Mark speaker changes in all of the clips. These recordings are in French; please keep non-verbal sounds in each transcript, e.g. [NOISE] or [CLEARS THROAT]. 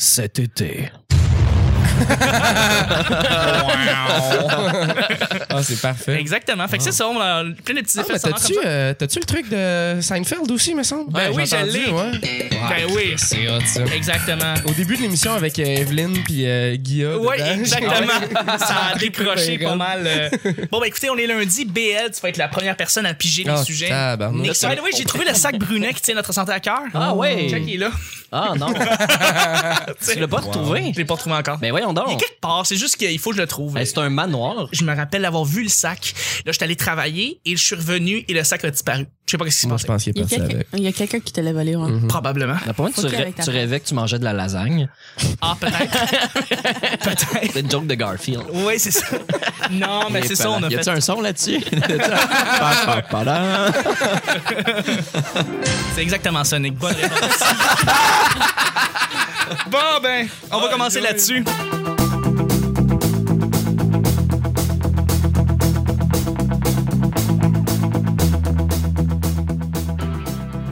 Speaker 1: Cet été.
Speaker 2: Ah, c'est parfait.
Speaker 3: Exactement. Fait que c'est ça, on a plein de petits
Speaker 2: Ah,
Speaker 3: effets
Speaker 2: mais
Speaker 3: sonores comme
Speaker 2: t'as-tu
Speaker 3: ça.
Speaker 2: euh, t'as-tu le truc de Seinfeld aussi, me semble?
Speaker 3: Ben oui,
Speaker 2: j'ai
Speaker 3: je
Speaker 2: entendu,
Speaker 3: l'ai.
Speaker 2: ouais.
Speaker 3: Ben oui,
Speaker 2: C'est hot, ça. [LAUGHS]
Speaker 3: exactement.
Speaker 2: Au début de l'émission avec euh, Evelyne puis euh, Guilla.
Speaker 3: Oui,
Speaker 2: dedans, [LAUGHS]
Speaker 3: exactement. Ça a
Speaker 2: ben,
Speaker 3: décroché pas
Speaker 2: raide.
Speaker 3: mal. euh. Bon, ben écoutez, on est lundi. BL, tu vas être la première personne à piger les
Speaker 2: Ah,
Speaker 3: sujets.
Speaker 2: tabarnak.
Speaker 3: Et ça, by the way, j'ai trouvé le sac Brunet qui tient notre santé à cœur. Oh.
Speaker 4: Ah ouais.
Speaker 3: Check, il est là.
Speaker 4: Ah
Speaker 3: [LAUGHS]
Speaker 4: non. tu l'as pas retrouvé?
Speaker 3: Je l'ai pas retrouvé encore.
Speaker 4: Mais voyons
Speaker 3: Il est
Speaker 4: donc.
Speaker 3: quelque part, c'est juste qu'il faut que je le trouve.
Speaker 4: Ben, c'est un manoir.
Speaker 3: Je me rappelle avoir vu le sac. Là, j'étais allé travailler et je suis revenu et le sac a disparu. Je sais pas ce qui s'est
Speaker 2: Moi, je
Speaker 3: passé.
Speaker 2: pense qu'il
Speaker 5: Il y
Speaker 2: est
Speaker 5: a
Speaker 2: parti
Speaker 5: quelqu'un
Speaker 2: avec.
Speaker 5: il y a quelqu'un qui te l'a volé.
Speaker 3: Mhm.
Speaker 5: ouais.
Speaker 3: Probablement.
Speaker 4: D'après Ben, moi, tu,
Speaker 5: Faut que
Speaker 4: rê-
Speaker 5: avec ta
Speaker 4: tu
Speaker 5: femme.
Speaker 4: rêvais que tu mangeais de la lasagne.
Speaker 3: Ah, peut-être.
Speaker 4: [LAUGHS]
Speaker 3: peut-être.
Speaker 4: C'est une joke de Garfield.
Speaker 3: Oui, c'est ça. [LAUGHS] Non, mais
Speaker 4: Et
Speaker 3: c'est ça, on a
Speaker 4: voilà. Y
Speaker 3: fait.
Speaker 4: a-tu un
Speaker 3: [LAUGHS]
Speaker 4: son là-dessus? Pa, pa, pa, da.
Speaker 3: C'est exactement ça, Nick. Bonne réponse. [LAUGHS] bon, ben, on va commencer là-dessus.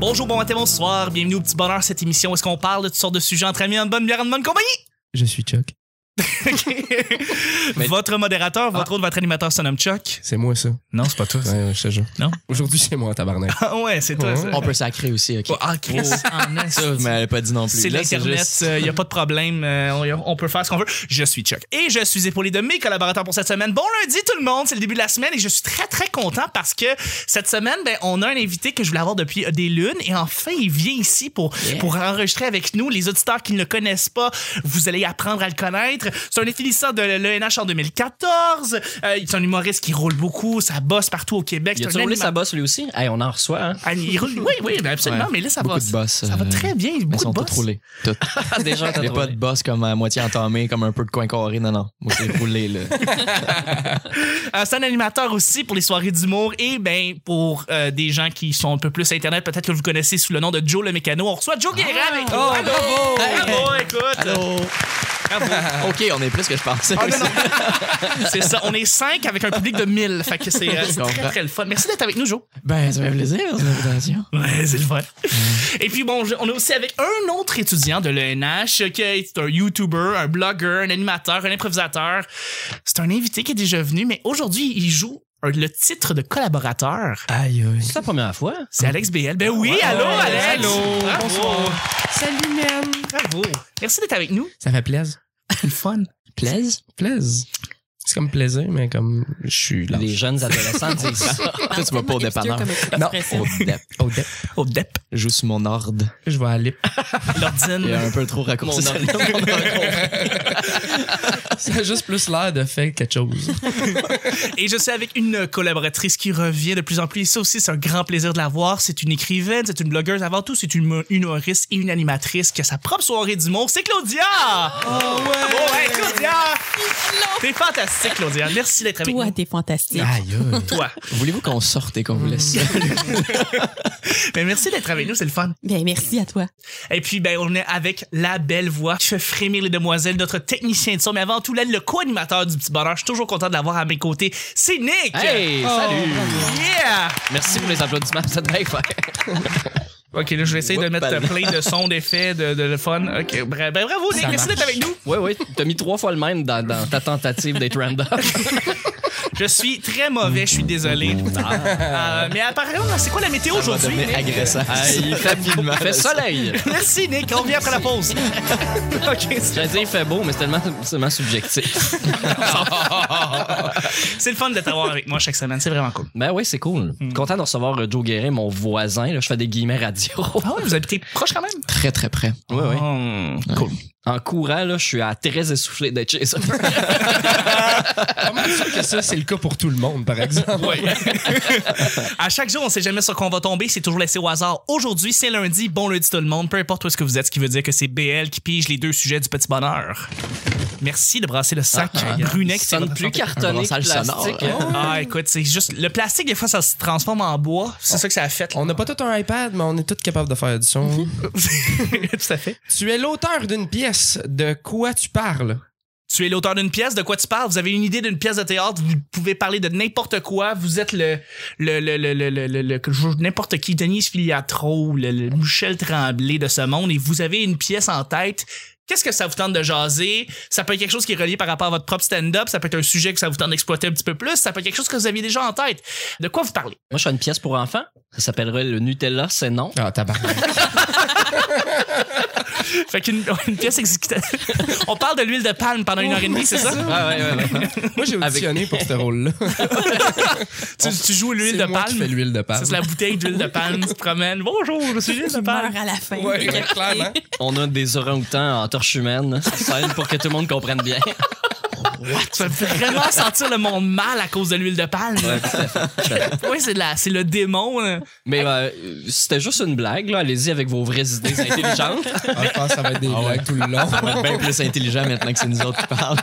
Speaker 3: Bonjour, bon matin, bonsoir. Bienvenue au Petit Bonheur, cette émission où est-ce qu'on parle de toutes sortes de sujets entre amis, en bonne bière, en bonne compagnie.
Speaker 2: Je suis Chuck.
Speaker 4: Mais-
Speaker 3: Votre modérateur, votre autre, votre animateur se nomme Chuck.
Speaker 2: C'est moi, ça.
Speaker 3: Non, c'est pas toi.
Speaker 2: Ouais, je te jure.
Speaker 3: Non?
Speaker 2: Aujourd'hui, c'est moi, tabarnak.
Speaker 3: Ah ouais, c'est toi. ça.
Speaker 4: On peut sacrer aussi, OK. Oh.
Speaker 3: Ah, Chris, en est-
Speaker 4: Ça, vous m'avez pas dit non plus.
Speaker 3: C'est
Speaker 4: Là,
Speaker 3: l'Internet,
Speaker 4: juste-
Speaker 3: il n'y a
Speaker 6: [LAUGHS]
Speaker 3: pas de problème, euh, on, on peut faire ce qu'on veut. Je suis Chuck et je suis épaulé de mes collaborateurs pour cette semaine. Bon lundi tout le monde, c'est le début de la semaine et je suis très très content parce que cette semaine, ben, on a un invité que je voulais avoir depuis euh, des lunes et enfin il vient ici pour, pour enregistrer avec nous. Les auditeurs qui ne le connaissent pas, vous allez apprendre à le connaître. C'est un finissant de l'ENH en 2014, Euh, c'est un humoriste qui roule beaucoup, ça bosse partout au Québec.
Speaker 4: Y
Speaker 3: C'est
Speaker 4: a-tu
Speaker 3: un
Speaker 4: roulé
Speaker 3: anima-
Speaker 4: sa bosse lui aussi? Hey, on en
Speaker 3: [LAUGHS]
Speaker 4: reçoit, hein?
Speaker 3: Ah, il roule- oui, oui, ben absolument,
Speaker 6: Ouais.
Speaker 3: mais là ça
Speaker 6: Beaucoup
Speaker 3: va,
Speaker 6: de boss,
Speaker 3: ça va
Speaker 6: euh,
Speaker 3: très bien, beaucoup
Speaker 6: Ils sont
Speaker 3: de
Speaker 6: tous
Speaker 3: boss.
Speaker 6: roulés. Toutes.
Speaker 3: Ah,
Speaker 4: Déjà, t'as
Speaker 6: Il n'y a pas de
Speaker 4: trouvé.
Speaker 6: boss comme à moitié entamé, comme un peu de coin carré. Non, non. Moi, c'est
Speaker 3: [LAUGHS]
Speaker 6: roulé, là.
Speaker 3: Euh, c'est un animateur aussi pour les soirées d'humour et ben pour euh, des gens qui sont un peu plus internet, peut-être que vous connaissez sous le nom de Joe le mécano. On reçoit Joe Guérin avec nous. Allô! Bravo, écoute.
Speaker 6: OK, on est plus que je pensais.
Speaker 3: Ah, non, non. [LAUGHS] c'est ça, on est cinq avec un public de 1000. Fait que c'est, euh, c'est très, très le fun. Merci d'être avec nous, Joe.
Speaker 6: Ben, ça fait plaisir, cette invitation.
Speaker 3: Ouais, c'est le vrai. [LAUGHS] Et puis bon, je- on est aussi avec un autre étudiant de l'ENH qui est un YouTuber, un blogueur, un animateur, un improvisateur. C'est un invité qui est déjà venu, mais aujourd'hui, il joue euh, le titre de collaborateur.
Speaker 2: Aïe, aïe.
Speaker 4: C'est la première fois.
Speaker 3: C'est Alex BL. Ben oui, allô, Alex! Allô! Bravo!
Speaker 2: Salut, man.
Speaker 3: Bravo! Merci d'être avec nous.
Speaker 2: Ça fait plaisir.
Speaker 3: C'est le fun.
Speaker 4: Plaise.
Speaker 2: Plaise. C'est comme plaisir, mais comme je suis là.
Speaker 4: Les jeunes [LAUGHS] adolescents disent ça.
Speaker 6: Toi, tu vas pas au dépanneur.
Speaker 2: Non.
Speaker 5: Non.
Speaker 6: Au dep.
Speaker 2: Oh, dep.
Speaker 3: Au DEP.
Speaker 6: Je joue sur mon ordre.
Speaker 2: Je vais aller.
Speaker 6: Il est
Speaker 3: L'ordine.
Speaker 6: un peu
Speaker 4: [LAUGHS]
Speaker 6: trop
Speaker 4: Mon
Speaker 6: raccourci.
Speaker 4: nom-
Speaker 6: celle-là.
Speaker 2: Ça a [LAUGHS] juste plus l'air de faire quelque chose.
Speaker 3: Et je suis avec une collaboratrice qui revient de plus en plus. Et ça aussi, c'est un grand plaisir de la voir. C'est une écrivaine, c'est une blogueuse. Avant tout, c'est une humo- humoriste et une animatrice qui a sa propre soirée d'humour. C'est Claudia! Oh ouais! Claudia! T'es fantastique, Claudia. Merci d'être avec
Speaker 5: Toi,
Speaker 3: nous.
Speaker 5: t'es fantastique.
Speaker 2: Aïe, aïe.
Speaker 3: Toi.
Speaker 6: Voulez-vous qu'on sorte et qu'on vous laisse?
Speaker 3: Ben, merci d'être avec nous, c'est le fun.
Speaker 5: Bien, Ben, merci à toi.
Speaker 3: Et puis, ben, on est avec la belle voix qui fait frémir les demoiselles, notre technicien de son. Mais avant tout, là, le co-animateur du Petit Bonheur, je suis toujours content de l'avoir à mes côtés. C'est Nick! Oh,
Speaker 4: Hey, salut.
Speaker 3: Yeah!
Speaker 4: [LAUGHS] Merci pour les applaudissements. Ça devait faire.
Speaker 3: Ok, là, je vais essayer de mettre
Speaker 4: Whoopala.
Speaker 3: plein de sons, d'effets, de, de, de fun. Ok, bra- ben, bravo, Nick, merci d'être avec nous.
Speaker 4: Oui, oui. T'as mis trois fois le même dans, dans ta tentative d'être [LAUGHS] random.
Speaker 3: Je suis très mauvais, je suis désolé. [LAUGHS] Euh, mais apparemment, c'est quoi la météo aujourd'hui?
Speaker 6: devenir
Speaker 3: Nick?
Speaker 6: agressant.
Speaker 4: [LAUGHS] il fait,
Speaker 6: Rapidement.
Speaker 4: il fait soleil.
Speaker 3: Merci, Nick, on revient après la pause. [LAUGHS] ok, c'est-
Speaker 4: J'allais dire il fait beau, mais c'est tellement, c'est tellement subjectif.
Speaker 3: c'est le fun de t'avoir avec moi chaque semaine, c'est vraiment cool.
Speaker 4: [LAUGHS] Ben oui, c'est cool. Content de recevoir euh, Joe Guérin, mon voisin. Là, je fais des guillemets radio.
Speaker 3: Ah ouais, vous habitez proche quand même?
Speaker 6: Très, très près.
Speaker 4: Oui, oui.
Speaker 3: Hum, cool.
Speaker 4: En courant, là, je suis à très essoufflé d'être chez ça.
Speaker 2: [LAUGHS] Comment sûr que ça, c'est le cas pour tout le monde, par exemple?
Speaker 3: Ouais. à chaque jour, on sait jamais sur quoi on va tomber. C'est toujours laissé au hasard. Aujourd'hui, c'est lundi. Bon lundi tout le monde. Peu importe où est-ce que vous êtes, ce qui veut dire que c'est BL qui pige les deux sujets du petit bonheur. Merci de brasser le sac brunet qui
Speaker 4: Ça
Speaker 3: Ah, sonne
Speaker 4: sonne plus
Speaker 6: Un
Speaker 4: cartonné que
Speaker 6: brassage
Speaker 4: plastique.
Speaker 6: sonore.
Speaker 4: hein.
Speaker 3: Ah, écoute, c'est juste. Le plastique, des fois, ça se transforme en bois. C'est ça que ça a fait.
Speaker 2: On n'a pas tout un iPad, mais on est tous capables de faire du [LAUGHS] son.
Speaker 3: [LAUGHS] Tout à fait.
Speaker 2: tu es l'auteur d'une pièce. De quoi tu parles?
Speaker 3: Tu es l'auteur d'une pièce, de quoi tu parles? Vous avez une idée d'une pièce de théâtre, vous pouvez parler de n'importe quoi, vous êtes le, le, le, le, le, le, le- le- que je- n'importe qui, Denise Filiatro, le, le Michel Tremblay de ce monde, et vous avez une pièce en tête Qu'est-ce que ça vous tente de jaser? Ça peut être quelque chose qui est relié par rapport à votre propre stand-up. Ça peut être un sujet que ça vous tente d'exploiter un petit peu plus. Ça peut être quelque chose que vous aviez déjà en tête. De quoi vous parlez?
Speaker 4: Moi, je fais une pièce pour enfants. Ça s'appellerait Le Nutella, c'est non.
Speaker 2: Ah, tabarnak.
Speaker 3: Fait qu'une [LAUGHS] une pièce exécutée. On parle de l'huile de palme pendant une heure et demie, c'est ça?
Speaker 4: Ah,
Speaker 2: [LAUGHS] Moi, j'ai auditionné pour ce rôle-là.
Speaker 3: Tu, tu joues l'huile de
Speaker 2: C'est moi qui fais
Speaker 3: palme.
Speaker 2: l'huile de palme.
Speaker 3: C'est la bouteille d'huile de palme, tu te promènes. Bonjour, je suis l'huile de
Speaker 5: Tu
Speaker 3: palme.
Speaker 5: meurs à la fin.
Speaker 2: Ouais, ouais, clairement.
Speaker 4: On a des orang-outans en torche humaine sur scène pour que tout le monde comprenne bien.
Speaker 3: Tu vas vraiment sentir le monde mal à cause de l'huile de palme. Oui, c'est de la- c'est le démon. là.
Speaker 4: [LAUGHS] Mais euh, c'était juste une blague, là. Allez-y avec vos vraies idées intelligentes.
Speaker 2: Ah, je pense que ça va être des
Speaker 6: Ah ouais.
Speaker 2: blagues tout le long.
Speaker 6: On va être bien plus intelligent maintenant que c'est nous autres qui parlent.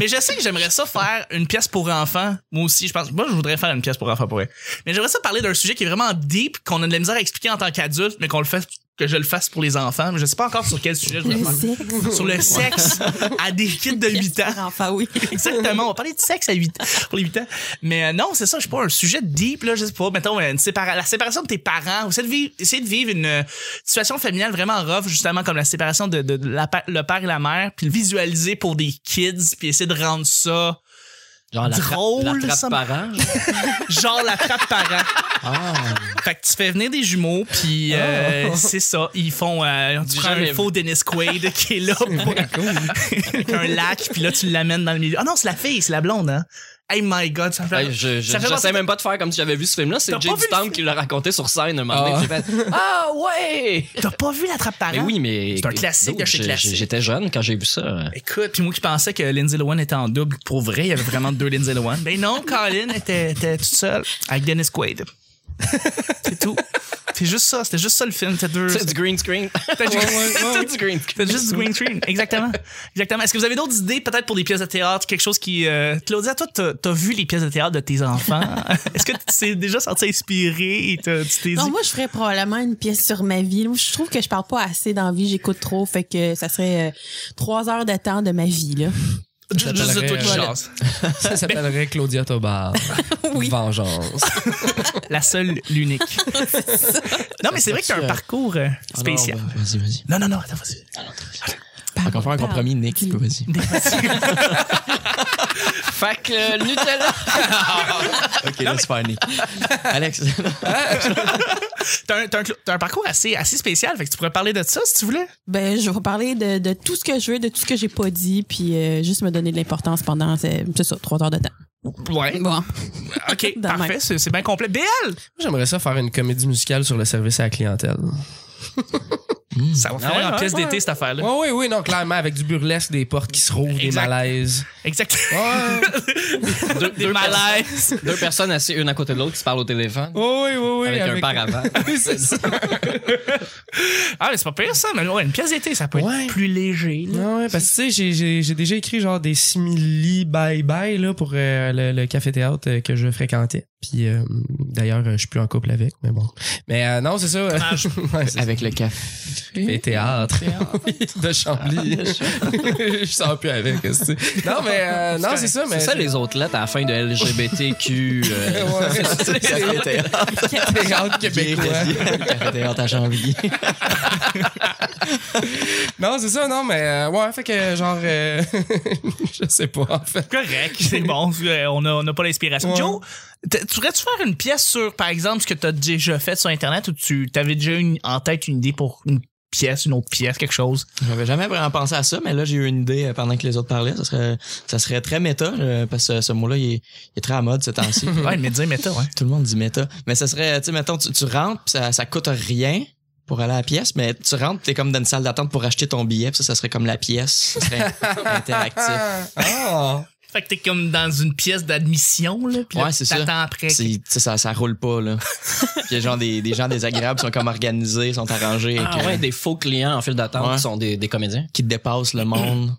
Speaker 3: Mais je sais que j'aimerais ça faire une pièce pour enfants. Moi aussi, je pense. Moi, je voudrais faire une pièce pour enfants pour vrai. Mais j'aimerais ça parler d'un sujet qui est vraiment deep, qu'on a de la misère à expliquer en tant qu'adulte, mais qu'on le fait que je le fasse pour les enfants. Mais je sais pas encore sur quel sujet je
Speaker 5: [LAUGHS]
Speaker 3: voudrais
Speaker 5: Le
Speaker 3: faire.
Speaker 5: sexe.
Speaker 3: Sur le sexe à des kids de 8 ans.
Speaker 5: Enfin,
Speaker 6: [LAUGHS]
Speaker 5: oui.
Speaker 3: [LAUGHS] Exactement. On va parler de sexe à 8 ans, pour les 8 ans. Mais euh, non, c'est ça, je sais pas, un sujet deep, là, je sais pas. Mettons, euh, une sépara- la séparation de tes parents, ou essayer de vivre, essayer de vivre une euh, situation familiale vraiment rough, justement, comme la séparation de, de- de la pa- le père et la mère, puis le visualiser pour des kids, puis essayer de rendre ça
Speaker 4: Genre la, tra-
Speaker 3: Drôle,
Speaker 4: la trappe
Speaker 3: ça.
Speaker 4: parent.
Speaker 3: genre la trappe parent.
Speaker 4: Ah.
Speaker 3: Fait que tu fais venir des jumeaux, puis euh, c'est ça. Ils font. Euh, tu
Speaker 4: Du
Speaker 3: prends un
Speaker 4: jamais
Speaker 3: faux Dennis Quaid qui est là pour, avec un lac, puis là, tu l'amènes dans le milieu. Ah non, c'est la fille, c'est la blonde, hein. Hey my god, ça me fait.
Speaker 4: Hey, je je,
Speaker 3: Ça fait
Speaker 4: j'essaie
Speaker 3: penser-
Speaker 4: même pas de faire comme si j'avais vu ce film-là. C'est
Speaker 3: T'as
Speaker 4: Jay
Speaker 3: pas vu le
Speaker 4: Dutamp qui l'a raconté sur scène un moment donné. J'ai fait, ah ouais!
Speaker 3: T'as pas vu la trappe parent?
Speaker 4: Mais Ben oui, mais.
Speaker 3: Ah C'est un classique de chez
Speaker 4: j'ai-
Speaker 3: classique.
Speaker 4: J'étais jeune quand j'ai vu ça.
Speaker 3: Écoute, puis moi qui pensais que Lindsay Lohan était en double, pour vrai, il y avait vraiment deux Lindsay Lohan. Ben non, Colin était, était toute seule avec Dennis Quaid. C'est tout. C'est juste ça, c'était juste ça le film. C'était deux.
Speaker 4: C'est du
Speaker 3: [LAUGHS]
Speaker 4: green screen.
Speaker 3: C'était juste-
Speaker 2: [LAUGHS]
Speaker 4: C'est du green screen.
Speaker 3: c'était juste du green screen. Exactement. Exactement. Est-ce que vous avez d'autres idées, peut-être pour des pièces de théâtre, quelque chose qui. euh, Claudia, toi, t'as t'as vu les pièces de théâtre de tes enfants. Est-ce que tu t'es déjà senti inspiré et t'as- tu t'es
Speaker 5: Non,
Speaker 3: dit.
Speaker 5: moi, je ferais probablement une pièce sur ma vie. Moi, Je trouve que je parle pas assez dans la vie, j'écoute trop, fait que ça serait euh, trois heures de temps de ma vie,
Speaker 6: [LAUGHS]
Speaker 5: là.
Speaker 3: Juste juste de toi qui
Speaker 2: Voilà.
Speaker 3: jases.
Speaker 2: Ça s'appellerait Claudia Tobar.
Speaker 5: Oui.
Speaker 2: Vengeance.
Speaker 3: La seule, l'unique. non, mais [LAUGHS] c'est vrai que t'as un parcours euh, spécial.
Speaker 6: Ah Vas-y, vas-y.
Speaker 3: Non, non, non, attends, vas-y.
Speaker 6: Fait qu'on fait un compromis, Nick, tu peux, vas-y.
Speaker 4: Fait que euh,
Speaker 3: [LAUGHS]
Speaker 4: le Nutella.
Speaker 6: Ok, laisse faire Nick. Alex.
Speaker 3: T'as un, t'as un cl- t'as un parcours assez, assez spécial, fait que tu pourrais parler de ça si tu voulais.
Speaker 5: Ben, je vais parler de, de tout ce que je veux, de tout ce que j'ai pas dit, puis euh, juste me donner de l'importance pendant, c'est c'est ça, trois heures de temps.
Speaker 3: Ouais.
Speaker 5: Bon.
Speaker 3: OK,
Speaker 5: [LAUGHS] Dans le
Speaker 3: parfait,
Speaker 5: même.
Speaker 3: c'est c'est bien complet. BL,
Speaker 2: J'aimerais ça faire une comédie musicale sur le service à la clientèle.
Speaker 3: ça va faire
Speaker 2: ouais,
Speaker 3: en
Speaker 2: ouais,
Speaker 3: pièce
Speaker 2: ouais.
Speaker 3: d'été cette affaire-là.
Speaker 2: Oui, oui, oui, non, clairement, avec du burlesque, des portes qui se rouvent, des
Speaker 3: Exact.
Speaker 2: malaises.
Speaker 3: [LAUGHS] Exactement.
Speaker 2: Ouais.
Speaker 4: Deux,
Speaker 3: Des
Speaker 4: deux,
Speaker 3: malaises.
Speaker 4: personnes- deux personnes assises une à côté de l'autre qui se parlent au téléphone.
Speaker 2: Oh, oui, oui, oui.
Speaker 4: avec,
Speaker 2: [LAUGHS]
Speaker 4: un paravent.
Speaker 2: C'est ça.
Speaker 3: Ah, mais c'est pas pire ça, mais ouais, une pièce d'été, ça peut
Speaker 2: Ouais.
Speaker 3: être plus léger. là.
Speaker 2: Non, ouais, parce que tu sais, j'ai- j'ai- j'ai déjà écrit genre des simili bye-bye là, pour euh, le, le café-théâtre euh, que je fréquentais. Puis euh, d'ailleurs, euh, je suis plus en couple avec, mais bon. Mais euh, non, c'est ça. euh, [LAUGHS] ouais, c'est ça.
Speaker 6: Avec le café. Ah,
Speaker 2: Les théâtres de Chambly. [LAUGHS] je sors plus avec. est-ce que tu- Non, mais euh, non, c'est ça.
Speaker 4: C'est
Speaker 2: Mais
Speaker 4: ça les autres lettres à la fin de LGBTQ. euh,
Speaker 2: Ouais, [LAUGHS] c'est ça,
Speaker 6: Café
Speaker 2: les
Speaker 6: théâtre.
Speaker 2: [LAUGHS] théâtres québécois.
Speaker 6: Café théâtre à Janvier.
Speaker 2: Non, c'est ça, non, mais euh, ouais, fait que genre, euh, [LAUGHS] je sais pas en fait.
Speaker 3: Correct, [LAUGHS] c'est bon, euh, on n'a on a pas l'inspiration.
Speaker 2: Ouais.
Speaker 3: Joe, t- tu voudrais-tu faire une pièce sur, par exemple, ce que t'as déjà fait sur Internet ou tu t'avais déjà une, en tête une idée pour une pièce, une autre pièce, quelque chose?
Speaker 6: J'avais jamais vraiment pensé à ça, mais là, j'ai eu une idée euh, pendant que les autres parlaient. Ça serait, ça serait très méta, euh, parce que ce mot-là, il, est- il est très à mode ces temps-ci.
Speaker 3: [LAUGHS] Ouais, mais dis, mais toi, ouais.
Speaker 6: Tout le monde dit méta. Mais ça serait, tu sais, mettons, tu, tu rentres, pis ça, ça coûte rien pour aller à la pièce, mais tu rentres, t'es comme dans une salle d'attente pour acheter ton billet, pis ça, ça serait comme la pièce.
Speaker 3: [LAUGHS]
Speaker 6: Ça serait interactif.
Speaker 2: Ah!
Speaker 3: Fait que t'es comme dans une pièce d'admission, là, puis là,
Speaker 6: Ouais, c'est ça.
Speaker 3: t'attends après.
Speaker 6: C'est- tu sais, ça, ça roule pas, là. Puis genre, des, des gens désagréables sont comme organisés, sont arrangés,
Speaker 4: Ah
Speaker 6: avec, euh,
Speaker 4: ouais, des faux clients en file d'attente
Speaker 6: Ouais.
Speaker 4: qui sont des, des comédiens.
Speaker 3: [LAUGHS]
Speaker 6: qui dépassent le monde.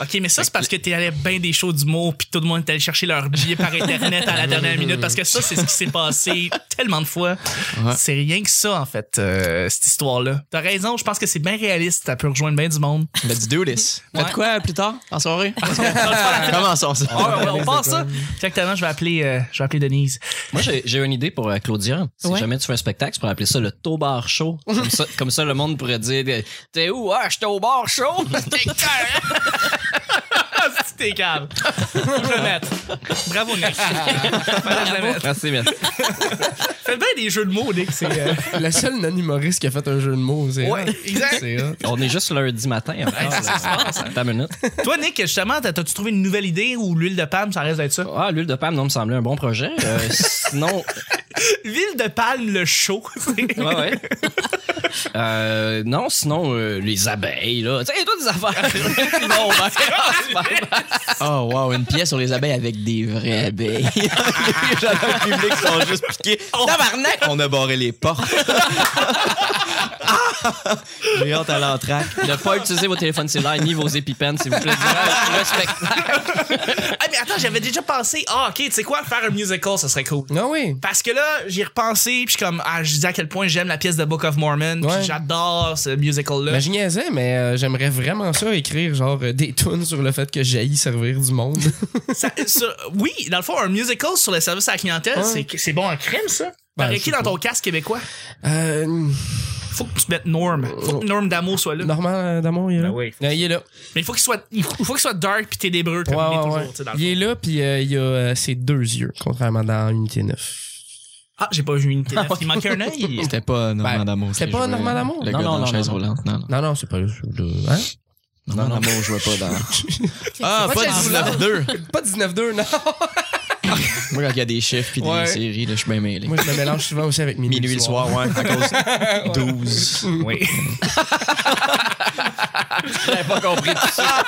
Speaker 3: OK, mais ça, c'est parce que t'es allé bien des shows d'humour, puis tout le monde est allé chercher leur billet par Internet à la dernière minute, parce que ça, c'est ce qui s'est passé tellement de fois.
Speaker 6: Ouais.
Speaker 3: C'est rien que ça, en fait, euh, cette histoire-là. T'as raison, je pense que c'est bien réaliste. Ça peut rejoindre bien du monde. [LAUGHS]
Speaker 6: Let's do this.
Speaker 3: Ouais.
Speaker 6: Faites quoi euh, plus tard, en soirée?
Speaker 3: Ah,
Speaker 6: Commençons ça.
Speaker 3: ouais, on passe ça. Exactement, je vais appeler, euh, je vais appeler Denise.
Speaker 4: Moi, j'ai j'ai une idée pour euh, Claudia. Si
Speaker 5: Ouais.
Speaker 4: jamais tu fais un spectacle, tu pourrais appeler ça le Taubar [LAUGHS] Show. Comme ça, comme ça, le monde pourrait dire euh, T'es où? Ah, je suis au bar show!
Speaker 3: [LAUGHS]
Speaker 4: [LAUGHS]
Speaker 3: T'es cœur! Si [LAUGHS] t'es calme. Faut que Je le mettre. Bravo, [LAUGHS] Nick.
Speaker 4: [LAUGHS] Ah,
Speaker 3: Fallait que je le mette.
Speaker 4: Merci, merci.
Speaker 3: Fais bien des jeux de mots, Nick. C'est, euh,
Speaker 2: Le seul non-humoriste qui a fait un jeu de mots, c'est
Speaker 3: Ouais,
Speaker 2: hot.
Speaker 3: exact.
Speaker 2: C'est hot.
Speaker 4: On est juste lundi matin. encore, là. Attends une minute.
Speaker 3: Toi, Nick, justement, t'as- t'as-tu trouvé une nouvelle idée ou l'huile de palme, ça reste d'être ça?
Speaker 4: Ah, l'huile de palme, non, me semblait un bon projet. Euh, [LAUGHS] sinon,
Speaker 3: L'huile de palme, le show.
Speaker 4: ouais, ouais. Euh, non, sinon, euh, les abeilles, là. Tu sais, toutes des [LAUGHS] affaires. non, ben,
Speaker 6: Oh, wow, une pièce sur les abeilles avec des vraies [LAUGHS] abeilles. les gens dans le public sont juste piqués. Tabarnak! On a barré les portes. [LAUGHS] Ah! J'ai hâte à l'entraque.
Speaker 4: ne pas utiliser vos téléphones cellulaires ni vos épipènes, s'il vous [LAUGHS] plaît. durant le spectacle.
Speaker 3: ah, mais attends, j'avais déjà pensé, ah, ok, tu sais quoi, faire un musical, ça serait cool.
Speaker 2: Non, oui.
Speaker 3: Parce que là, j'y ai repensé, puis je suis comme, ah, je dis à quel point j'aime la pièce de Book of Mormon, puis
Speaker 2: Ouais.
Speaker 3: j'adore ce musical-là.
Speaker 2: Ben, je niaisais, mais euh, j'aimerais vraiment ça écrire genre euh, des tunes sur le fait que j'haïs servir du [LAUGHS] monde.
Speaker 3: Ça- ça- oui, dans le fond, un musical sur le service à la clientèle,
Speaker 2: Ouais.
Speaker 3: c'est- c'est bon en crème, ça.
Speaker 2: Ben,
Speaker 3: T'aurais
Speaker 2: je
Speaker 3: qui
Speaker 2: sais
Speaker 3: dans
Speaker 2: pas.
Speaker 3: ton casque québécois?
Speaker 2: euh,
Speaker 3: Faut que tu mettes Norm. Faut que Norm d'amour soit là.
Speaker 2: Normand euh, Damon, il est là.
Speaker 3: Ben oui.
Speaker 2: Non, il est là.
Speaker 3: Mais il faut qu'il soit, il faut qu'il soit dark puis ténébreux
Speaker 2: Ouais,
Speaker 3: comme il est
Speaker 2: ouais,
Speaker 3: toujours,
Speaker 2: ouais.
Speaker 3: tu sais, dans le
Speaker 2: Il
Speaker 3: fond.
Speaker 2: est là, puis euh, il a euh, ses deux yeux, contrairement dans Unité 9.
Speaker 3: Ah, j'ai pas
Speaker 2: [LAUGHS]
Speaker 3: vu une ténèbre. Il manquait un œil.
Speaker 6: C'était pas Normand
Speaker 2: Ben,
Speaker 6: D'Amour.
Speaker 2: c'était
Speaker 6: qui
Speaker 2: pas
Speaker 6: jouait
Speaker 2: Normand D'Amour.
Speaker 6: Le
Speaker 4: Non,
Speaker 6: gars
Speaker 4: non,
Speaker 6: dans la
Speaker 4: non,
Speaker 6: chaise
Speaker 4: non.
Speaker 6: roulante. Non, non.
Speaker 2: Non, non, c'est pas le. le- hein?
Speaker 6: Normand D'Amour jouait pas dans. Ah,
Speaker 2: C'est
Speaker 6: pas
Speaker 2: pas
Speaker 6: 19-2.
Speaker 2: Pas 19-2, non!
Speaker 6: Moi, quand il y a des chiffres puis
Speaker 2: Ouais.
Speaker 6: des séries, là, je suis bien mêlé.
Speaker 2: [LAUGHS] Moi, je me mélange souvent aussi avec Minuit,
Speaker 6: Minuit le soir, ouais, à [LAUGHS] cause 12.
Speaker 3: Oui.
Speaker 4: J'avais pas compris tout ça.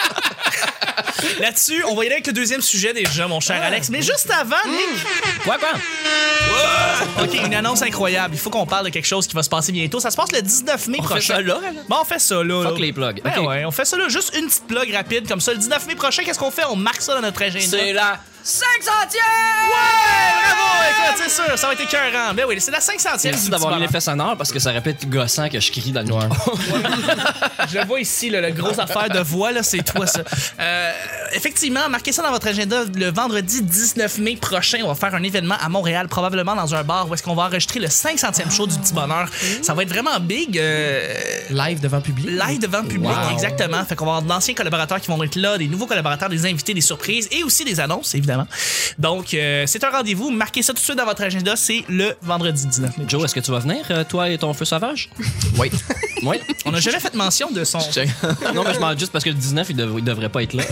Speaker 3: [LAUGHS] Là-dessus, on va y aller avec le deuxième sujet déjà, mon
Speaker 4: Ah.
Speaker 3: cher Alex. Mais juste avant,
Speaker 4: Mm.
Speaker 3: Nick.
Speaker 4: Ouais, ben.
Speaker 3: OK, une annonce incroyable. Il faut qu'on parle de quelque chose qui va se passer bientôt. Ça se passe le 19 mai
Speaker 4: On fait
Speaker 3: prochain.
Speaker 4: ça là, hein? là?
Speaker 3: Bon, on fait ça là.
Speaker 4: Fuck
Speaker 3: là.
Speaker 4: les plugs.
Speaker 3: Ben
Speaker 4: Ok.
Speaker 3: ouais, on fait ça là. Juste une petite plug rapide comme ça. Le 19 mai prochain, qu'est-ce qu'on fait? On marque ça dans notre agenda.
Speaker 4: C'est la 500
Speaker 3: Bravo! Écoute, c'est sûr, ça va être écœurant. Ben oui, c'est la 500e. du
Speaker 4: Merci
Speaker 3: petit
Speaker 4: d'avoir mis
Speaker 3: bonheur.
Speaker 4: l'effet sonore parce que ça répète gossant que je crie dans le micro.
Speaker 3: Je le vois ici, là, la grosse affaire de voix, là, c'est toi, ça. Euh, effectivement, marquez ça dans votre agenda. Le vendredi 19 mai prochain, on va faire un événement à Montréal, probablement dans un bar où est-ce qu'on va enregistrer le 500e show du Petit Bonheur. Ça va être vraiment big. euh,
Speaker 2: Live devant public.
Speaker 3: Live devant le public,
Speaker 2: Wow.
Speaker 3: exactement. Fait qu'on va avoir d'anciens collaborateurs qui vont être là, des nouveaux collaborateurs, des invités, des surprises et aussi des annonces, évidemment. Donc, euh, c'est un rendez-vous. Marquez ça tout de suite dans votre agenda. C'est le vendredi 19 mai.
Speaker 4: Joe, est-ce que tu vas venir, euh, toi et ton feu sauvage?
Speaker 6: Oui.
Speaker 4: Oui.
Speaker 3: On n'a jamais fait mention de son.
Speaker 6: Check.
Speaker 4: Non, mais je m'en juste parce que le 19, il, dev- il devrait pas être là.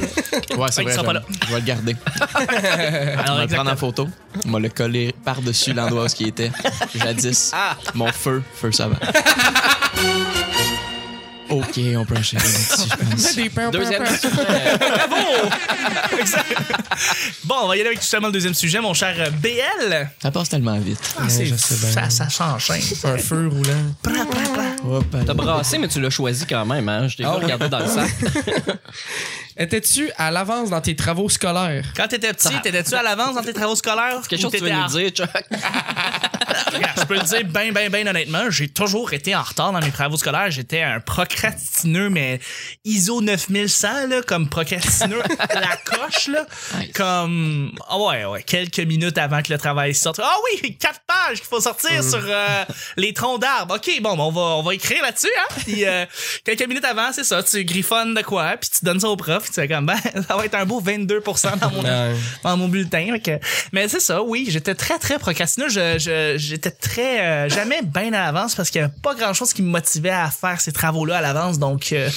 Speaker 6: Ouais, c'est
Speaker 3: Il
Speaker 6: vrai.
Speaker 3: sera
Speaker 6: je-
Speaker 3: pas là.
Speaker 6: Je vais le garder. On
Speaker 3: Alors,
Speaker 6: va le prendre
Speaker 3: Ah, exactement.
Speaker 6: en photo. On va le coller par-dessus l'endroit où ce qui était jadis.
Speaker 3: Ah!
Speaker 6: Mon feu, feu savant. OK, on peut enchaîner là-dessus, je pense.
Speaker 2: Des pains,
Speaker 4: Deuxième.
Speaker 2: pains, pains.
Speaker 3: [LAUGHS] Bon, on va y aller avec justement le deuxième sujet, mon cher euh, BL.
Speaker 6: Ça passe tellement vite.
Speaker 3: Ah, c'est-
Speaker 2: je sais bien.
Speaker 3: Ça, ça hein. s'enchaîne.
Speaker 2: Un feu roulant.
Speaker 3: Prends, prends, prends.
Speaker 6: Hop,
Speaker 4: T'as brassé, mais tu l'as choisi quand même, hein? Je t'ai pas
Speaker 2: Ah
Speaker 4: regardé dans
Speaker 2: [LAUGHS]
Speaker 4: le sac.
Speaker 2: Étais-tu à l'avance dans tes travaux scolaires?
Speaker 3: Quand t'étais petit, t'étais-tu à l'avance dans tes travaux scolaires?
Speaker 4: Quelque
Speaker 3: ou
Speaker 4: chose que tu veux
Speaker 3: t'étais
Speaker 4: nous
Speaker 3: en-
Speaker 4: dire, Chuck?
Speaker 3: Je peux le dire ben, ben, ben honnêtement, j'ai toujours été en retard dans mes travaux scolaires. J'étais un procrastineux, mais ISO 9100, là, comme procrastineux à la coche, là.
Speaker 6: Nice.
Speaker 3: Comme, ah ouais, ouais, quelques minutes avant que le travail sorte. Ah oui, quatre pages qu'il faut sortir sur euh, les troncs d'arbres. OK, bon, ben, on va, on va écrire là-dessus, hein. Puis, euh, quelques minutes avant, Ah, c'est ça, tu griffonnes de quoi, puis tu donnes ça au prof, tu fais comme, ben, [LAUGHS] ça va être un beau 22% dans mon dans mon bulletin. Fait que- Mais c'est ça, oui, j'étais très, très procrastineux. Je- je- J'étais très... euh, jamais bien à l'avance parce qu'il n'y a pas grand-chose qui me motivait à faire ces travaux-là à l'avance. Donc, euh,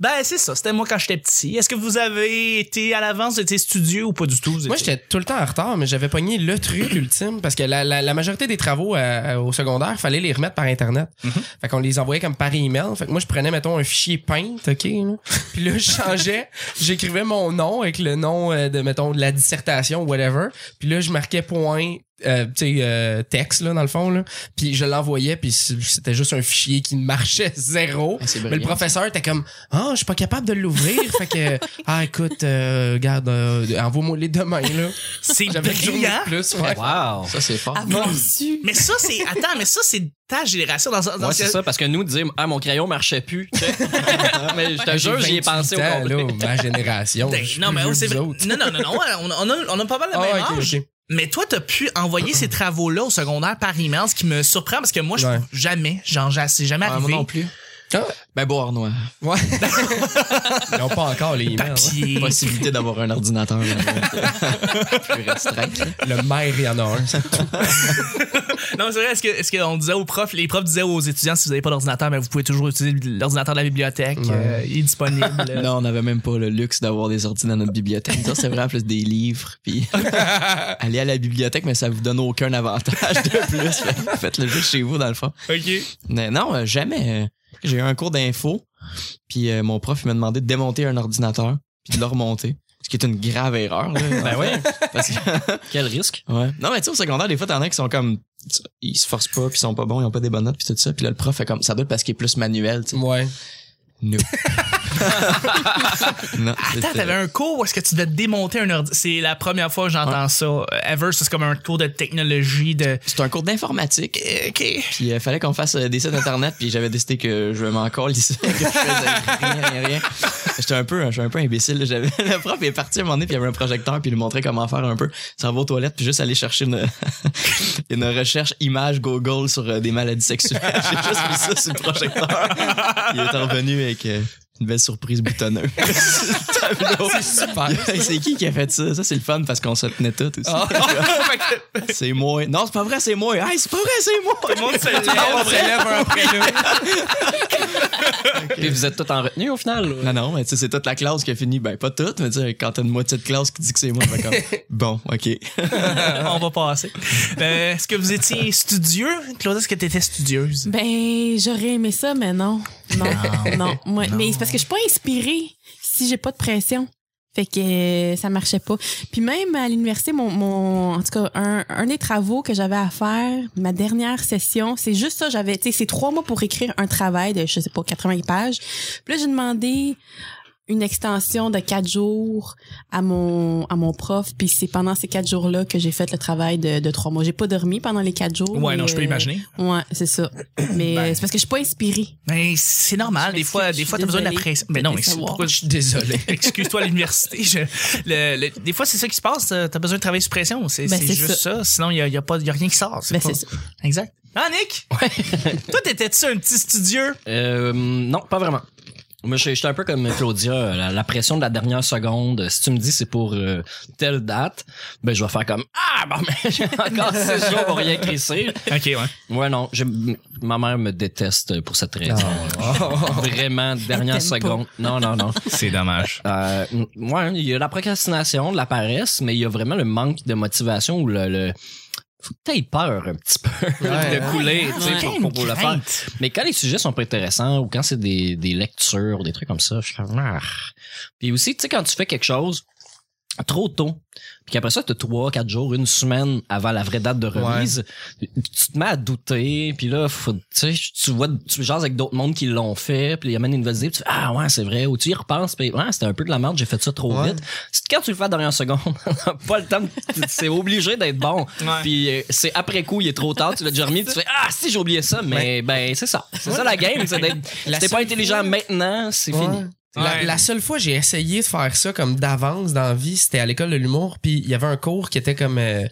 Speaker 3: ben c'est ça, c'était moi quand j'étais petit. Est-ce que vous avez été à l'avance de tes studios ou pas du tout? Vous
Speaker 2: Moi,
Speaker 3: étiez-
Speaker 2: j'étais tout le temps en retard, mais j'avais pogné le
Speaker 3: [CLEARS THROAT]
Speaker 2: truc ultime parce que la, la- la majorité des travaux euh, au secondaire, fallait les remettre par Internet.
Speaker 3: Mhm.
Speaker 2: Fait qu'on les envoyait comme par email. Fait que moi, je prenais, mettons, un fichier Paint, OK? là.
Speaker 3: [LAUGHS]
Speaker 2: Puis là, je changeais, j'écrivais mon nom avec le nom euh, de, mettons, de la dissertation, whatever. Puis là, je marquais point euh, tu sais, euh, texte, là, dans le fond, là. Puis je l'envoyais, puis c'était juste un fichier qui marchait [LAUGHS] zéro.
Speaker 6: Ah, c'est
Speaker 2: Mais le
Speaker 6: brillant.
Speaker 2: professeur était comme Ah, je suis pas capable de l'ouvrir. fait que, ah, écoute, euh, regarde, euh, envoie-moi les demain, là.
Speaker 3: C'est
Speaker 2: J'avais une journée
Speaker 3: brillant.
Speaker 2: de plus, ouais.
Speaker 4: Wow.
Speaker 6: Ça, c'est
Speaker 3: Ah,
Speaker 6: fort.
Speaker 5: Avoir su.
Speaker 3: Mais ça, c'est. Attends, mais ça, c'est ta génération dans, dans
Speaker 4: Ouais,
Speaker 2: euh,
Speaker 4: c'est ça, parce que nous, dire, ah, mon crayon marchait plus.
Speaker 2: [LAUGHS]
Speaker 4: tu sais. mais je te jure, j'y ai pensé au
Speaker 2: 28 ans,
Speaker 4: complet.
Speaker 2: là, ma génération.
Speaker 3: [LAUGHS] Ben,
Speaker 2: je suis
Speaker 3: non,
Speaker 2: plus
Speaker 3: mais
Speaker 2: vieux
Speaker 3: ouais,
Speaker 2: que
Speaker 3: c'est
Speaker 2: vous
Speaker 3: vrai.
Speaker 2: autres.
Speaker 3: Non, non, non, non. ouais, On, on a, on a pas mal le
Speaker 2: Ah,
Speaker 3: même
Speaker 2: ok,
Speaker 3: âge.
Speaker 2: ok.
Speaker 3: Mais toi, t'as pu envoyer ces travaux-là au secondaire par email, ce qui me surprend parce que moi, je
Speaker 2: Ouais.
Speaker 3: jamais, genre, j'ai- c'est jamais
Speaker 6: Ah,
Speaker 3: arrivé.
Speaker 6: moi non plus.
Speaker 2: Ah,
Speaker 6: Ben, boire noir.
Speaker 2: ouais. Ils n'ont pas encore les emails.
Speaker 6: Ah,
Speaker 3: [LAUGHS] Papier.
Speaker 6: Possibilité d'avoir un ordinateur. euh, plus restreint.
Speaker 2: hein. Le maire, il y en a un.
Speaker 3: non, c'est vrai, est-ce que, est-ce qu'on disait aux profs, les profs disaient aux étudiants, si vous n'avez pas d'ordinateur, ben, vous pouvez toujours utiliser l'ordinateur de la bibliothèque, euh, il est [LAUGHS] disponible.
Speaker 6: Non, on n'avait même pas le luxe d'avoir des ordi dans notre bibliothèque. Ça, c'est vraiment plus des livres.
Speaker 3: [LAUGHS]
Speaker 6: Puis allez à la bibliothèque, mais ça vous donne aucun avantage de plus. Fait- Faites-le juste chez vous, dans le fond.
Speaker 3: OK.
Speaker 6: Mais non, euh, jamais. euh, J'ai eu un cours d'info, puis euh, mon prof il m'a demandé de démonter un ordinateur, puis de le remonter. Ce qui est une grave erreur. Là,
Speaker 4: Ben ouais.
Speaker 6: Parce que-
Speaker 4: Quel risque.
Speaker 6: ouais. Non, mais tu sais, au secondaire, des fois, t'en as qui sont comme. Ils se forcent pas, puis ils sont pas bons, ils ont pas des bonnes notes, puis tout ça. Puis là, le prof fait comme. Ça doit être parce qu'il est plus manuel, tu sais.
Speaker 2: Ouais.
Speaker 6: No. non.
Speaker 3: Attends,
Speaker 6: c'était-
Speaker 3: t'avais un cours où est-ce que tu devais démonter un ordi? C'est la première fois que j'entends ça. euh, Ever, c'est comme un cours de technologie [LAUGHS] de.
Speaker 6: C'était un cours d'informatique.
Speaker 3: Euh, OK.
Speaker 6: Puis il fallait qu'on fasse euh, des sites internet, puis j'avais décidé que je m'en calissais, que je faisais rien, rien, rien. J'étais un peu, j'étais un peu imbécile. là. J'avais [LAUGHS] le prof il est parti à un moment donné, puis il y avait un projecteur, puis il nous montrait comment faire un peu. Ça va aux toilettes, puis juste aller chercher une, [LAUGHS] une recherche image Google sur euh, des maladies sexuelles. [LAUGHS] J'ai juste mis ça sur le projecteur. Il est revenu avec euh, une belle surprise boutonneuse. [LAUGHS] Tableau. c'est qui qui a fait ça? Ça, c'est le fun parce qu'on se tenait tout aussi. [LAUGHS] c'est moi. Non, c'est pas vrai, c'est moi. Hey, c'est pas vrai, c'est moi.
Speaker 3: Tout le monde [LAUGHS] se
Speaker 2: Ah,
Speaker 3: lève.
Speaker 2: on se lève un après l'autre.
Speaker 4: Puis vous êtes tout en retenue au final. là.
Speaker 6: Non, non, mais tu sais, c'est toute la classe qui a fini. Ben, pas toute, mais tu sais, quand t'as une moitié de classe qui dit que c'est moi, ben, comme, bon, OK.
Speaker 3: [LAUGHS] on va passer. Euh, est-ce que vous étiez studieux? Claudia, est-ce que t'étais studieuse?
Speaker 5: Ben, j'aurais aimé ça, mais non.
Speaker 3: Ah,
Speaker 5: Non, non. Moi, Mais c'est parce que je suis pas inspirée si j'ai pas de pression. Fait que euh, ça marchait pas. Puis même à l'université, mon, mon en tout cas, un, un des travaux que j'avais à faire, ma dernière session, c'est juste ça. J'avais, tu sais, c'est trois mois pour écrire un travail de, je sais pas, 80 pages. Puis là, j'ai demandé une extension de quatre jours à mon à mon prof. Puis c'est pendant ces quatre jours-là que j'ai fait le travail de, de trois mois. J'ai pas dormi pendant les quatre jours.
Speaker 3: Ouais, non,
Speaker 5: mais,
Speaker 3: je peux
Speaker 5: euh,
Speaker 3: imaginer.
Speaker 5: Ouais, c'est ça. Mais
Speaker 3: Ben.
Speaker 5: euh, c'est parce que je suis pas inspirée.
Speaker 3: Mais ben, c'est normal. Des
Speaker 5: m'excuse,
Speaker 3: fois,
Speaker 5: je
Speaker 3: des
Speaker 5: suis
Speaker 3: fois, t'as besoin de la
Speaker 5: désolée.
Speaker 3: pression. Mais non,
Speaker 5: Faites-le
Speaker 3: mais c'est-
Speaker 5: savoir.
Speaker 3: pourquoi
Speaker 2: Je suis désolé.
Speaker 3: [LAUGHS] Excuse-toi, l'université. je- le- le- des fois, c'est ça qui se passe. euh, T'as besoin de travailler sous pression. C'est
Speaker 5: Ben,
Speaker 3: c'est
Speaker 5: c'est
Speaker 3: juste ça. Sinon, il n'y a, y a pas- y a rien qui sort.
Speaker 5: Ben,
Speaker 3: pas-
Speaker 5: c'est ça.
Speaker 3: Exact. Ah, Nick! [LAUGHS] Toi, t'étais-tu un petit studieux?
Speaker 4: Euh, non, pas vraiment. Moi, je- j'étais un peu comme Claudia, la, la pression de la dernière seconde. Si tu me dis c'est pour euh, telle date, ben je vais faire comme ah bon mais j'ai encore six jours pour rien crisser.
Speaker 3: OK, ouais.
Speaker 4: Ouais non, j'ai- ma mère me déteste pour cette raison. [LAUGHS] Vraiment dernière
Speaker 5: Elle t'aime
Speaker 4: seconde. Non non non.
Speaker 3: C'est dommage.
Speaker 4: Euh, m- ouais, il y a la procrastination, de la paresse, mais il y a vraiment le manque de motivation ou le, le- faut que t'aies peur un petit peu
Speaker 2: Ouais.
Speaker 4: de couler, tu sais,
Speaker 3: Ouais.
Speaker 4: pour, pour- pour le faire.
Speaker 3: Crainte.
Speaker 4: Mais quand les sujets sont pas intéressants ou quand c'est des, des lectures, des trucs comme ça, je suis comme, Ah. Puis aussi, tu sais, quand tu fais quelque chose trop tôt, puis qu'après ça, t'as trois, quatre jours, une semaine avant la vraie date de remise, tu te mets à douter, puis là, faut, tu sais, tu vois, tu jases avec d'autres mondes qui l'ont fait, puis ils amènent une nouvelle idée, puis tu fais, ah ouais, c'est vrai, ou tu y repenses, puis ouais, c'était un peu de la merde, j'ai fait ça trop
Speaker 6: Ouais.
Speaker 4: vite. C'est quand tu le fais dans dernière seconde, [LAUGHS] t'as pas le temps, de- c'est obligé d'être bon.
Speaker 3: Ouais.
Speaker 4: Puis euh, c'est après coup, il est trop tard, tu l'as déjà remis, tu fais ah si j'ai oublié ça, mais ben c'est ça, c'est ça la game, c'est d'être,
Speaker 2: La
Speaker 4: si t'es pas
Speaker 2: seule
Speaker 4: intelligent maintenant, c'est
Speaker 2: Ouais.
Speaker 4: fini.
Speaker 2: La,
Speaker 3: Ouais.
Speaker 2: la seule fois j'ai essayé de faire ça comme d'avance dans la vie, c'était à l'école de l'humour, puis il y avait un cours qui était comme euh,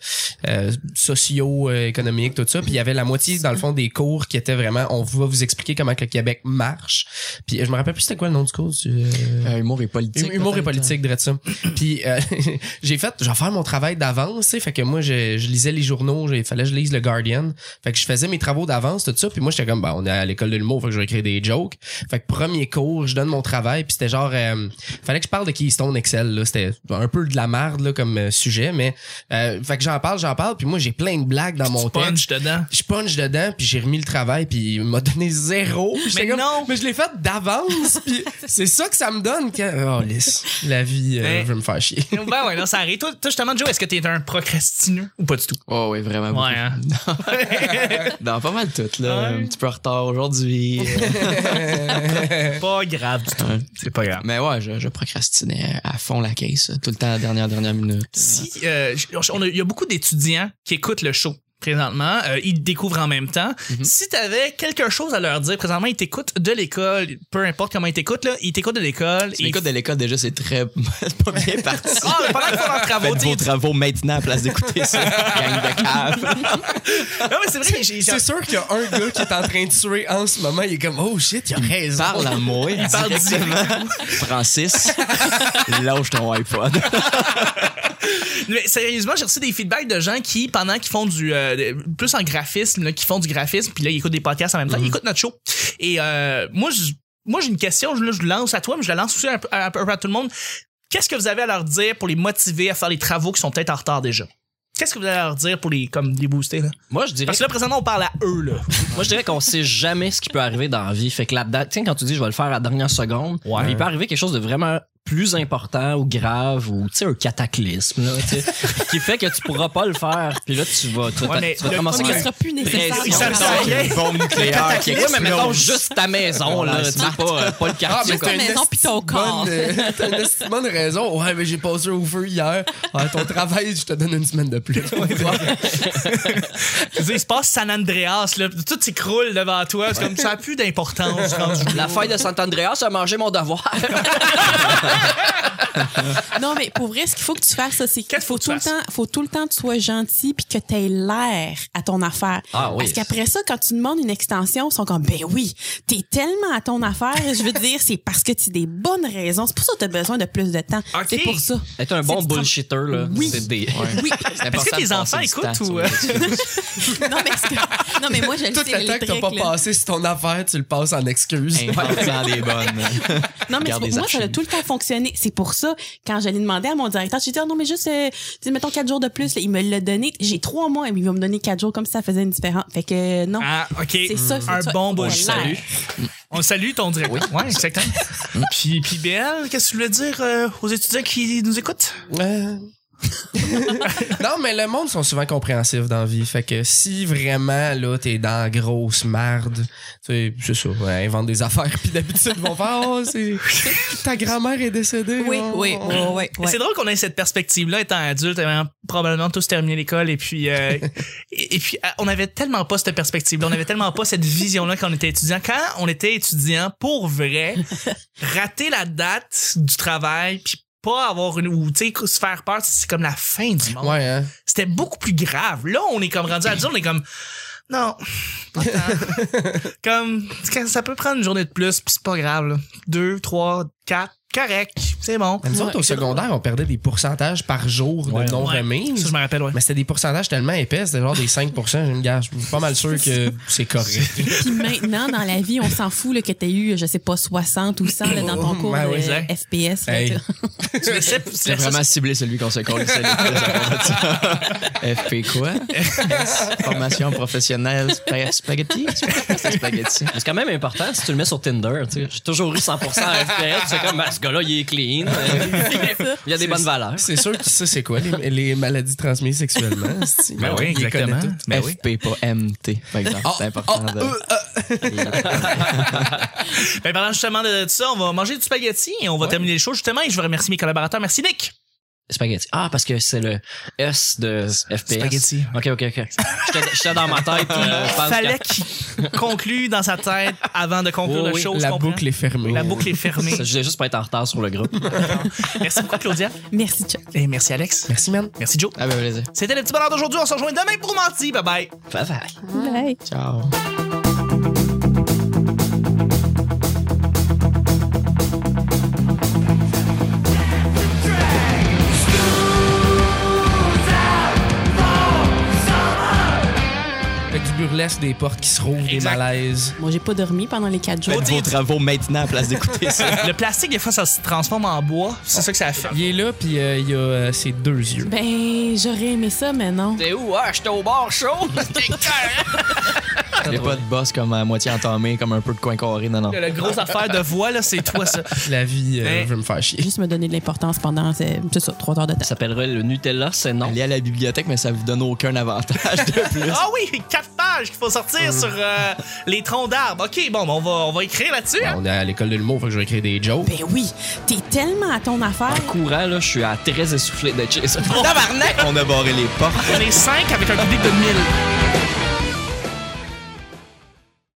Speaker 2: euh, socio-économique, tout ça, puis il y avait la moitié, dans le fond, des cours qui étaient vraiment, on va vous expliquer comment que le Québec marche. Puis je me rappelle plus c'était quoi le nom du cours. tu- euh,
Speaker 6: Euh, humour et politique.
Speaker 2: Humour et
Speaker 6: peut-être.
Speaker 2: politique, dirais ça. Puis euh, [LAUGHS] j'ai fait, je vais faire mon travail d'avance, tu sais, fait que moi je, je lisais les journaux, il fallait que je lise le Guardian, fait que je faisais mes travaux d'avance tout ça, puis moi j'étais comme bah on est à l'école de l'humour, fait que je vais écrire des jokes. Fait que premier cours, je donne mon travail, puis c'était genre euh, fallait que je parle de Keystone Excel là, c'était un peu de la merde là comme euh, sujet mais euh, fait que j'en parle, j'en parle puis moi j'ai plein de blagues dans mon
Speaker 3: Tu
Speaker 2: texte.
Speaker 3: punches dedans.
Speaker 2: Je punch dedans, puis j'ai remis le travail, puis il m'a donné zéro. Puis j'étais
Speaker 3: Mais
Speaker 2: comme,
Speaker 3: non!
Speaker 2: Mais je l'ai fait d'avance, puis c'est ça que ça me donne quand. Oh, lisse. La vie, euh,
Speaker 3: Mais-
Speaker 2: je vais me faire chier.
Speaker 3: ben ouais, là, ça arrive. Toi, toi, justement, Joe, est-ce que t'es un procrastineux ou pas du tout?
Speaker 6: Oh oui, vraiment. beaucoup.
Speaker 3: Ouais, hein?
Speaker 6: Dans pas mal tout, là.
Speaker 3: Ouais.
Speaker 6: Un petit peu en retard aujourd'hui.
Speaker 3: pas grave du tout.
Speaker 6: Ouais.
Speaker 3: C'est pas grave.
Speaker 6: Euh, Mais ouais, je, je procrastinais à fond la caisse, euh, tout le temps à la dernière, dernière minute.
Speaker 3: Si, euh, j- on a- il y a beaucoup d'étudiants qui écoutent le show présentement, Euh, ils le découvrent en même temps. Si tu avais quelque chose à leur dire, présentement, ils t'écoutent de l'école, peu importe comment ils t'écoutent, là, ils t'écoutent de l'école.
Speaker 6: Si L'écoute de l'école, déjà, c'est très [LAUGHS]
Speaker 3: [LAUGHS]
Speaker 6: pas bien parti.
Speaker 3: Ah, mais pendant qu'ils font leurs travaux,
Speaker 6: Faites
Speaker 3: tu sais,
Speaker 6: vos travaux maintenant à place
Speaker 3: [LAUGHS]
Speaker 6: d'écouter ça, gang de cave.
Speaker 3: Non, mais c'est vrai que j'ai- j'ai-
Speaker 2: C'est sûr qu'il y a un gars qui est en train de tuer en ce moment, il est comme, oh shit, il a raison.
Speaker 6: Parle
Speaker 4: [LAUGHS]
Speaker 6: à moi.
Speaker 3: parle
Speaker 6: directement. Francis, [LAUGHS] lâche ton iPod.
Speaker 3: Mais sérieusement, j'ai reçu des feedbacks de gens qui, pendant qu'ils font du. euh, de- plus en graphisme, là, qui font du graphisme, puis là, ils écoutent des podcasts en même temps, ils écoutent notre show. Et euh, moi, je- moi j'ai une question, je, là, je lance à toi, mais je la lance aussi un peu- un peu à, tout le monde. Qu'est-ce que vous avez à leur dire pour les motiver à faire les travaux qui sont peut-être en retard déjà? Qu'est-ce que vous avez à leur dire pour les, comme, les booster? Là?
Speaker 4: Moi, je dirais,
Speaker 3: Parce que là, présentement, on parle à eux. Là.
Speaker 4: moi, je dirais qu'on sait jamais ce qui peut arriver dans la vie. Fait que là-dedans, tiens, quand tu dis je vais le faire à la dernière seconde,
Speaker 3: Ouais.
Speaker 4: il peut arriver quelque chose de vraiment plus important ou grave ou tu sais un cataclysme là, tu sais, [LAUGHS] qui fait que tu pourras pas le faire. Puis là, tu vas, tu vas,
Speaker 3: Ouais, mais
Speaker 4: tu vas te
Speaker 3: le
Speaker 4: ramasser
Speaker 5: Il
Speaker 3: premier-
Speaker 5: ne
Speaker 4: avec-
Speaker 5: sera plus nécessaire.
Speaker 3: Ils savent
Speaker 5: Non.
Speaker 3: ça.
Speaker 6: qu'il y a une bombe nucléaire qui
Speaker 4: Ouais, mais mettons
Speaker 6: explose.
Speaker 4: juste ta maison, là,
Speaker 6: Ouais,
Speaker 4: tu sais, pas, euh, pas le
Speaker 2: Ah,
Speaker 4: quartier.
Speaker 2: mais
Speaker 5: Juste
Speaker 2: t'as
Speaker 5: ta
Speaker 2: une
Speaker 5: maison
Speaker 2: esti
Speaker 5: puis ton
Speaker 2: bonne,
Speaker 5: corps.
Speaker 2: euh, T'as une esti bonne raison. Ouais, mais j'ai passé au feu hier. Ah, ton travail, je te donne une semaine de plus.
Speaker 3: Je veux dire, il se passe San Andreas, là, tout s'écroule devant toi. C'est comme ça n'a plus d'importance. rendu là.
Speaker 4: La fête de Saint-Andréas a mangé mon devoir.
Speaker 5: Non, mais pour vrai, ce qu'il faut que tu fasses, ça, c'est qu'il
Speaker 3: Qu'est-ce
Speaker 5: faut,
Speaker 3: que tu
Speaker 5: tout le
Speaker 3: fasses?
Speaker 5: temps, faut tout le temps que tu sois gentil puis que tu aies l'air à ton affaire.
Speaker 4: Ah oui.
Speaker 5: Parce qu'après ça, quand tu demandes une extension, ils sont comme, ben oui, t'es tellement à ton affaire, je veux dire, c'est parce que tu as des bonnes raisons. C'est pour ça que tu as besoin de plus de temps.
Speaker 3: Ok.
Speaker 5: C'est pour ça.
Speaker 4: Être un bon
Speaker 5: C'est du tra-
Speaker 4: bullshitter, là.
Speaker 5: Oui.
Speaker 4: C'est des...
Speaker 5: Oui.
Speaker 3: Est-ce que tes enfants écoutent ou. euh,
Speaker 5: Non, mais, c'est que- non, mais moi, je le
Speaker 2: Tout
Speaker 5: sais,
Speaker 2: le temps que t'as
Speaker 5: le truc,
Speaker 2: pas
Speaker 5: là.
Speaker 2: passé sur ton affaire, tu le passes en excuse.
Speaker 6: Inventant des bonnes.
Speaker 5: Non, mais c'est
Speaker 6: Garde
Speaker 5: pour moi,
Speaker 6: des
Speaker 5: ça a
Speaker 6: archives.
Speaker 5: tout le temps fonctionné. C'est pour ça, quand j'allais demander à mon directeur, j'ai dit, Ah non, mais juste, euh, dis, mettons quatre jours de plus, là. il me l'a donné. J'ai trois mois, mais il va me donner quatre jours comme si ça faisait une différence. Fait que, euh, non.
Speaker 3: Ah, OK.
Speaker 5: C'est ça, faut
Speaker 3: Un
Speaker 5: que tu-
Speaker 3: bon
Speaker 5: faut
Speaker 3: bullshit.
Speaker 5: l'air.
Speaker 4: Salut.
Speaker 3: On le salue, ton directeur. Oui, exactement. puis, puis BL, qu'est-ce que tu voulais dire euh, aux étudiants qui nous écoutent?
Speaker 2: Euh. [LAUGHS] non, mais le monde sont souvent compréhensifs dans la vie. Fait que si vraiment, là, t'es dans la grosse merde, tu sais, c'est ça, ouais, invente des affaires, [LAUGHS] puis d'habitude, ils vont faire, oh, c'est. Ta grand-mère est décédée.
Speaker 5: Oui,
Speaker 2: oh,
Speaker 5: oui,
Speaker 2: oh.
Speaker 5: oui, oui. oui.
Speaker 3: C'est drôle qu'on ait cette perspective-là, étant adulte, ayant probablement tous terminé l'école, et puis, euh, et, et puis, euh, on avait tellement pas cette perspective-là, on avait tellement pas cette vision-là quand on était étudiant. Quand on était étudiant, pour
Speaker 5: [LAUGHS]
Speaker 3: vrai, rater la date du travail, puis pas avoir une, ou, tu sais, se faire peur, c'est comme la fin du monde.
Speaker 2: Ouais, hein.
Speaker 3: C'était beaucoup plus grave. Là, on est comme rendu à dire, on est comme, non, pas [LAUGHS] tant. comme, quand ça peut prendre une journée de plus, puis c'est pas grave, là. Deux, trois, quatre, correct, c'est bon.
Speaker 2: Nous autres, au secondaire, on perdait des pourcentages par jour de non-remise.
Speaker 3: Ça, je me rappelle, ouais.
Speaker 2: Mais c'était des pourcentages tellement épais, c'était genre des 5 J'ai une gage. Je suis pas mal sûr que c'est
Speaker 5: [LAUGHS]
Speaker 2: correct.
Speaker 5: Puis maintenant, dans la vie, on s'en fout là, que t'aies eu, je sais pas, 60 ou 100 là, dans ton
Speaker 2: Oh,
Speaker 5: cours
Speaker 2: ben
Speaker 5: de
Speaker 2: oui,
Speaker 3: Zach.
Speaker 5: FPS. là,
Speaker 2: Hey.
Speaker 5: tu vois.
Speaker 3: Tu laissais- tu
Speaker 6: C'est
Speaker 3: laissais-
Speaker 6: vraiment ciblé celui
Speaker 3: [LAUGHS]
Speaker 6: qu'on se connaissait. FP quoi? Formation professionnelle spa- spaghetti? C'est spaghetti.
Speaker 4: C'est quand même important si tu le mets sur Tinder. tu sais. J'ai toujours eu 100% FPS. Tu sais, comme, ben, ce gars-là, il est clean. Euh, il a des bonnes valeurs.
Speaker 2: C'est sûr qu'il sait c'est quoi les, les maladies transmises sexuellement.
Speaker 5: [LAUGHS]
Speaker 3: Ben oui, exactement. Ben oui. Ah, euh,
Speaker 6: FP, pas MT, par exemple. C'est important de.
Speaker 3: Ben, parlant justement de, de ça, on va manger du spaghetti et on va terminer les choses justement. Et je veux remercier mes collaborateurs. Merci, Nick.
Speaker 4: Spaghetti. Ah, parce que c'est le S de FPS.
Speaker 3: Spaghetti.
Speaker 4: OK, OK, OK. J'étais- J'étais dans ma tête. euh, je pense
Speaker 3: Fallait
Speaker 4: que-
Speaker 3: qu'il conclue dans sa tête avant de conclure
Speaker 4: Oh
Speaker 3: le
Speaker 4: oui,
Speaker 3: show. je
Speaker 2: La
Speaker 3: comprends.
Speaker 2: boucle est fermée.
Speaker 3: La boucle est fermée.
Speaker 4: [LAUGHS] Je voulais juste pas être en retard sur le groupe.
Speaker 3: Merci beaucoup, Claudia.
Speaker 5: Merci, Chuck.
Speaker 3: Et merci, Alex.
Speaker 2: Merci, man.
Speaker 3: Merci, Joe.
Speaker 6: Ah ben vas-y.
Speaker 3: C'était le petit bonheur d'aujourd'hui. On se rejoint demain pour Menti. Bye bye.
Speaker 4: Bye bye.
Speaker 5: Bye.
Speaker 6: Ciao.
Speaker 2: Fait que du burlesque. stress, des portes qui se rouvrent, des
Speaker 3: Exact.
Speaker 2: malaises.
Speaker 5: Moi, j'ai pas dormi pendant les quatre jours.
Speaker 2: Ben,
Speaker 6: Faites vos travaux maintenant à place d'écouter ça.
Speaker 3: Le plastique, des fois, ça se transforme en bois. C'est ça que ça fait.
Speaker 2: Il est là, puis euh, il a euh, ses deux yeux.
Speaker 5: Ben, j'aurais aimé ça, mais non.
Speaker 4: T'es où? Ah, j'étais au bar chaud.
Speaker 6: J'ai pas de boss comme à moitié entamé, comme un peu de coin carré, non, non.
Speaker 3: Le grosse affaire de voix, là, c'est toi, ça.
Speaker 2: La vie euh,
Speaker 3: Ben-
Speaker 2: veut me faire chier.
Speaker 5: Juste me donner de l'importance pendant, c'est c'est ça, trois heures de
Speaker 4: Ça
Speaker 5: temps.
Speaker 4: s'appellerait le Nutella, c'est non.
Speaker 6: Allez à la bibliothèque, mais ça vous donne aucun avantage de plus.
Speaker 3: Ah oui, quatre pages qu'il faut sortir sur euh, les troncs d'arbres. OK, bon, ben, on va, on va écrire là-dessus. hein.
Speaker 2: Ben, on est à l'école de l'humour, faut que je vais écrire des jokes.
Speaker 5: Ben oui, t'es tellement à ton affaire.
Speaker 4: Courant, là, je suis à très essoufflé d'être chez ça.
Speaker 6: On a barré les portes.
Speaker 3: On est cinq avec un public de 1000.